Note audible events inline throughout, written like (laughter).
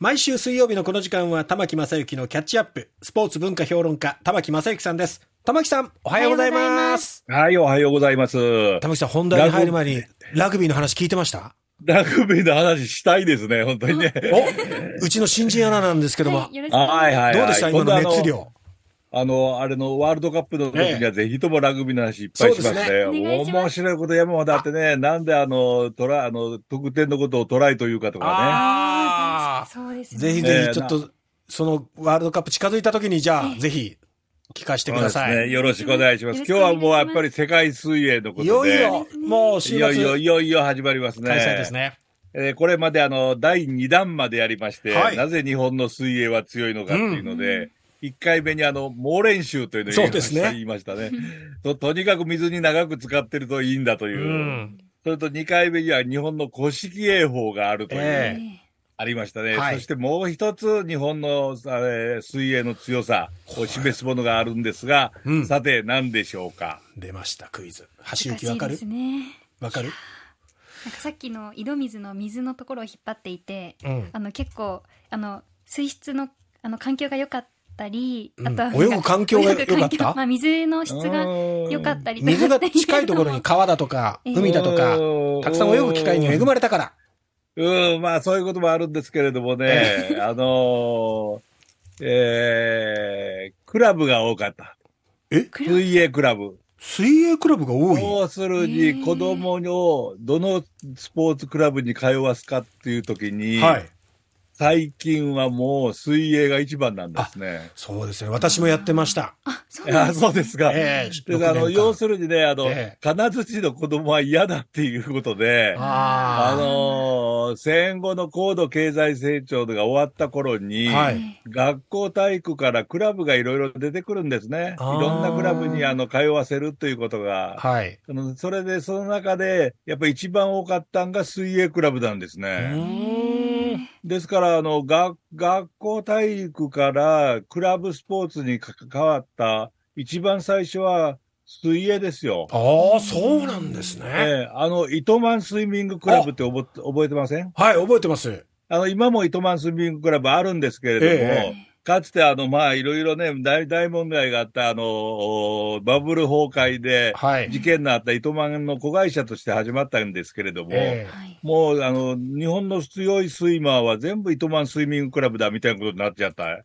毎週水曜日のこの時間は玉木正之のキャッチアップ、スポーツ文化評論家、玉木正之さんです。玉木さん、おはようございます。はい、おはようございます。玉木さん、本題に入る前に、ラグビーの話聞いてましたラグビーの話したいですね、本当に (laughs) ね。、お (laughs) うちの新人アナなんですけども。はいはいはい、はい、どうでした今の熱量。あの、あれのワールドカップの時にはぜひともラグビーの話いっぱいしますね。すね面白いこと山ほどあってね、なんであの、トラ、あの、得点のことをトライというかとかね。ああ、そうですね。ぜひぜひちょっと、そのワールドカップ近づいた時に、じゃあ、ぜひ聞かせてください、ね。よろしくお願いします。今日はもうやっぱり世界水泳のことで。いよいよ、もういよいよ、いよいよ始まりますね。開催ですね。えー、これまであの、第2弾までやりまして、はい、なぜ日本の水泳は強いのかっていうので、うん1回目にあの、猛練習というのを言いましたね。言いまし (laughs) たねと。とにかく水に長く使ってるといいんだという。うん、それと2回目には日本の古式泳法があるという。えー、ありましたね、はい、そしてもう一つ日本の、えー、水泳の強さを示すものがあるんですが、うん、さて何でしょうか出ましたクイズ橋行きわかるわ、ね、かるなんかさっきの井戸水の水のところを引っ張っていて、うん、あの結構あの水質のあの環境が良かったたり、あとは、うん、泳ぐ環境が良かったまあ水の質が良かったり水が (laughs) 近いところに川だとか、海だとか、たくさん泳ぐ機会に恵まれたから。うん、まあそういうこともあるんですけれどもね、あのー、えー、クラブが多かった。え水泳クラブ。水泳クラブが多い要するに子供をどのスポーツクラブに通わすかっていう時に、はい、最近はもう水泳が一番なんですね。そうですね。私もやってました。あ、そうですそうですか。ええー、あの、要するにね、あの、えー、金槌の子供は嫌だっていうことで、あ、あのー、戦後の高度経済成長が終わった頃に、はい、学校体育からクラブがいろいろ出てくるんですね。いろんなクラブにあの通わせるということが。はい。それで、その中で、やっぱり一番多かったんが水泳クラブなんですね。ですから、あの、学、学校体育からクラブスポーツに関わった一番最初は水泳ですよ。ああ、そうなんですね。ええー、あの、糸満スイミングクラブって覚覚えてませんはい、覚えてます。あの、今も糸満スイミングクラブあるんですけれども、えー、かつてあの、まあ、いろいろね、大、大問題があった、あの、バブル崩壊で、事件のあった糸満の子会社として始まったんですけれども、えーもう、あの、日本の強いスイマーは全部糸満スイミングクラブだみたいなことになっちゃった。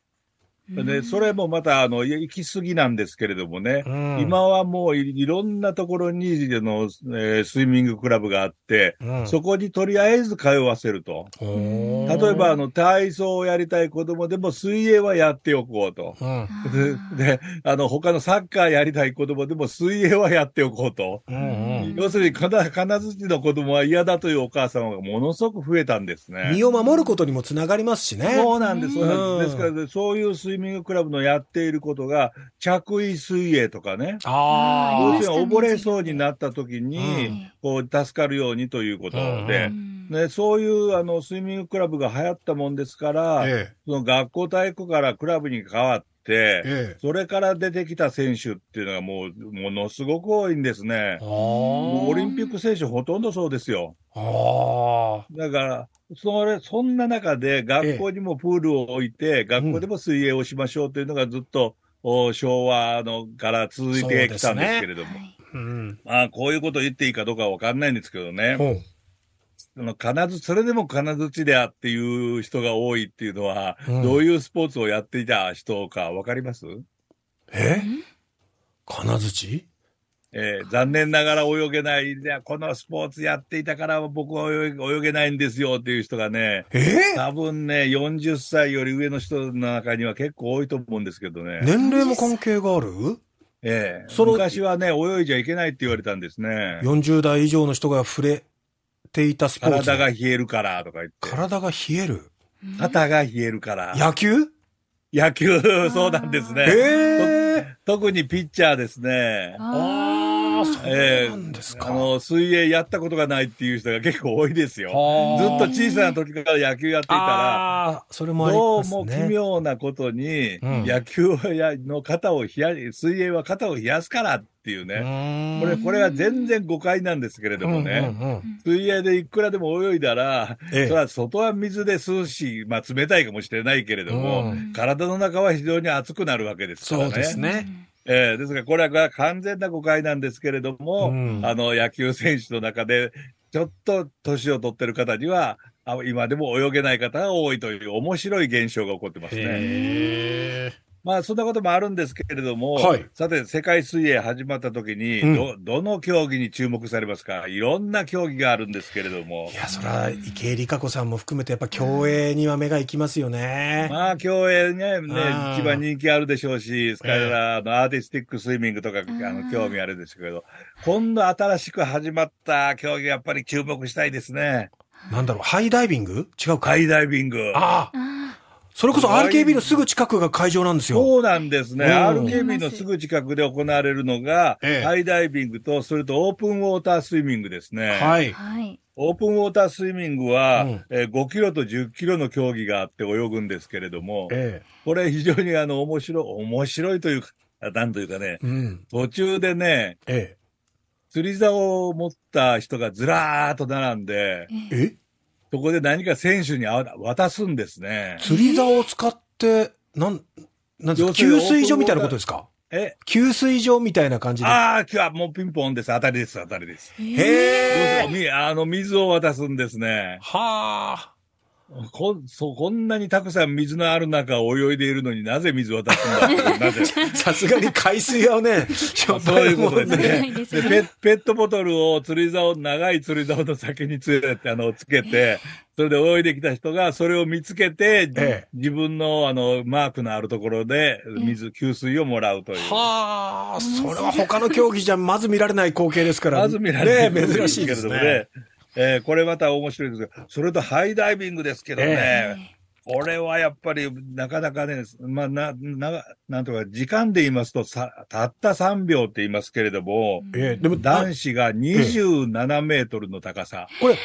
で、それもまた、あの、行き過ぎなんですけれどもね、うん、今はもういろんなところにの、えー、スイミングクラブがあって、うん、そこにとりあえず通わせると。例えば、あの、体操をやりたい子供でも水泳はやっておこうと。 (laughs) うん、であの、他のサッカーやりたい子供でも水泳はやっておこうと。うんうん、要するに金、金槌の子供は嫌だというお母さんがものすごく増えたんですね。身を守ることにもつながりますしね。そうなんです。ですから、ね、そういうスイミングクラブのやっていることが、着衣水泳とかね。ああ。要するに溺れそうになった時に、こう、助かるようにということで、ね、そういう、あの、スイミングクラブが流行ったもんですから、ええ、その学校体育からクラブに変わって、え、それから出てきた選手っていうのがもう、ものすごく多いんですね。オリンピック選手ほとんどそうですよ。だから、それ、そんな中で学校にもプールを置いて、ええ、学校でも水泳をしましょうというのがずっと、うん、昭和のから続いてきたんですけれども。ねうん、まあ、こういうこと言っていいかどうかわかんないんですけどね。その金づ、それでも金槌であっていう人が多いっていうのは、うん、どういうスポーツをやっていた人かわかりますえ金槌えー、残念ながら泳げない、いこのスポーツやっていたから僕は泳げないんですよっていう人がね、えー、多分ね、40歳より上の人の中には結構多いと思うんですけどね。年齢も関係があるええー、その昔はね、泳いじゃいけないって言われたんですね。 40代以上の人が触れていたスポーツ。体が冷えるからとか言って。体が冷える肩が冷えるから。野球野球、そうなんですね。えー、特にピッチャーですね。あああ、そうなんですか、あの、水泳やったことがないっていう人が結構多いですよ。ずっと小さな時から野球やっていたら、あそれもありますね。どうも奇妙なことに、野球の肩を冷や、水泳は肩を冷やすからっていうね。これ、これは全然誤解なんですけれどもね。水泳でいくらでも泳いだら、ええ、それは外は水で涼しい、まあ冷たいかもしれないけれども、体の中は非常に熱くなるわけですからね。そうですね。えー、ですから、これは完全な誤解なんですけれども、うん、あの野球選手の中で、ちょっと年を取ってる方には、あ今でも泳げない方が多いという面白い現象が起こってますね。まあ、そんなこともあるんですけれども、はい、さて、世界水泳始まった時に、ど、どの競技に注目されますか、うん、いろんな競技があるんですけれども。いや、そら、池江璃花子さんも含めて、やっぱ競泳には目がいきますよね。まあ、競泳ね、ね、一番人気あるでしょうし、それから、あの、アーティスティックスイミングとか、あの、興味あるんですけど、今度新しく始まった競技、やっぱり注目したいですね。なんだろう、ハイダイビング違うか。ハイダイビング。ああ。それこそ RKB のすぐ近くが会場なんですよ。そうなんですね。うん、RKB のすぐ近くで行われるのが、ええ、ハイダイビングと、それとオープンウォータースイミングですね。はい。オープンウォータースイミングは、うん、えー、5キロと10キロの競技があって泳ぐんですけれども、ええ、これ非常にあの、面白い、面白いというか、なんというかね、うん、途中でね、ええ、釣り竿を持った人がずらーっと並んで、えそこで何か選手に渡すんですね。釣り竿を使って、なん、なんですか給水所みたいなことですかえ給水所みたいな感じで。ああ、今日はもうピンポンです。当たりです、当たりです。へえ。あの、水を渡すんですね。はあ。こそうこんなにたくさん水のある中泳いでいるのになぜ水渡すんだなぜ (laughs) さすがに海水は (laughs) ね、そういうことですね。ですねでペペットボトルを釣り竿、長い釣り竿の先につあのつけて、それで泳いできた人がそれを見つけて、ええ、自分のあのマークのあるところで水、給水をもらうという。はあ、それは他の競技じゃまず見られない光景ですから。まず見られない、ね。珍しいですね。 (laughs) えー、これまた面白いですけど、それとハイダイビングですけどね、えー、これはやっぱりなかなかね、まあ、な、な、なんとか、時間で言いますとさ、たった3秒って言いますけれども、えー、でも男子が27メートルの高さ。えー、これ、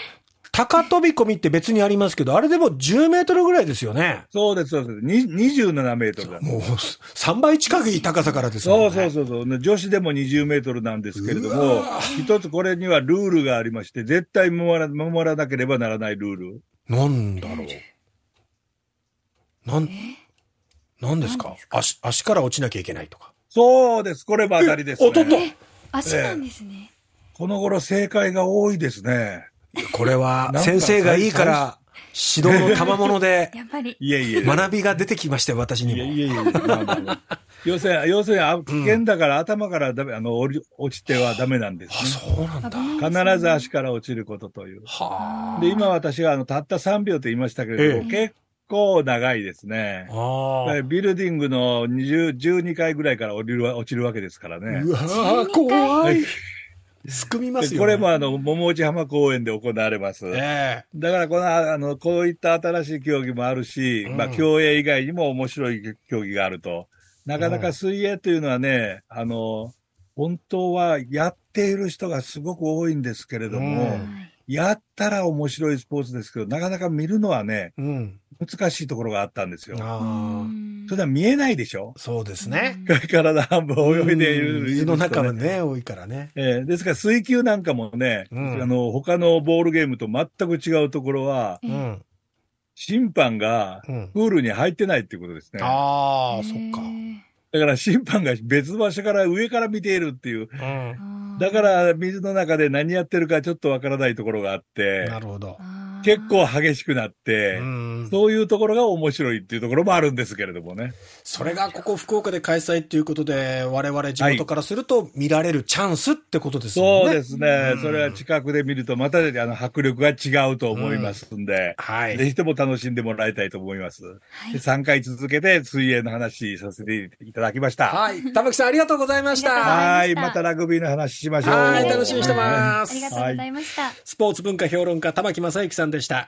高飛び込みって別にありますけど、あれでも10メートルぐらいですよね。そうです、そうです。27メートルだ。もう、3倍近くいい高さからですね。そうそうそうそう。女子でも20メートルなんですけれども、一つこれにはルールがありまして、絶対守ら守らなければならないルール。なんだろう。なん、なんですか足、足から落ちなきゃいけないとか。そうです。これば当たりです、ね。おとっと足なんですね、。この頃正解が多いですね。これは先生がいいから、指導の賜物で、 (laughs) 学びが出てきましたよ、私にも。いやいやいや。要するに、要するに、危険だから頭からダメ、あの、落ちてはダメなんです、ね。あ、そうなんだ。必ず足から落ちることという。はで、今私は、あの、たった3秒と言いましたけれども、結構長いですね。あビルディングの20、12回ぐらいから降りる、落ちるわけですからね。うわー、怖い。すくみますよ、ね、これもあの、桃内浜公園で行われます。ええー、だからこの、あの、こういった新しい競技もあるし、うん、まあ、競泳以外にも面白い競技があると。なかなか水泳というのはね、うん、あの、本当はやっている人がすごく多いんですけれども、うん、やったら面白いスポーツですけど、なかなか見るのはね、難しいところがあったんですよ。それは見えないでしょ (laughs) そうですね。体半分泳いでいる、ね。水の中もね、多いからね。ええー、ですから水球なんかもね、うん、あの、他のボールゲームと全く違うところは、うん、審判がプールに入ってないっていうことですね。うん、ああ、そっか。だから審判が別場所から上から見ているっていう。だから水の中で何やってるかちょっとわからないところがあって。なるほど。結構激しくなって、うん、そういうところが面白いっていうところもあるんですけれどもね。それがここ福岡で開催ということで、我々地元からすると見られるチャンスってことですね。そうですね。うん、それは近くで見るとまたあの迫力が違うと思いますんで、うん、はい。ぜひとも楽しんでもらいたいと思います。はい、3回続けて水泳の話させていただきました。はい。玉木さんありがとうございました。はい。またラグビーの話しましょう。はい。楽しみにしてますありがとうございました。スポーツ文化評論家玉木正幸さんでした。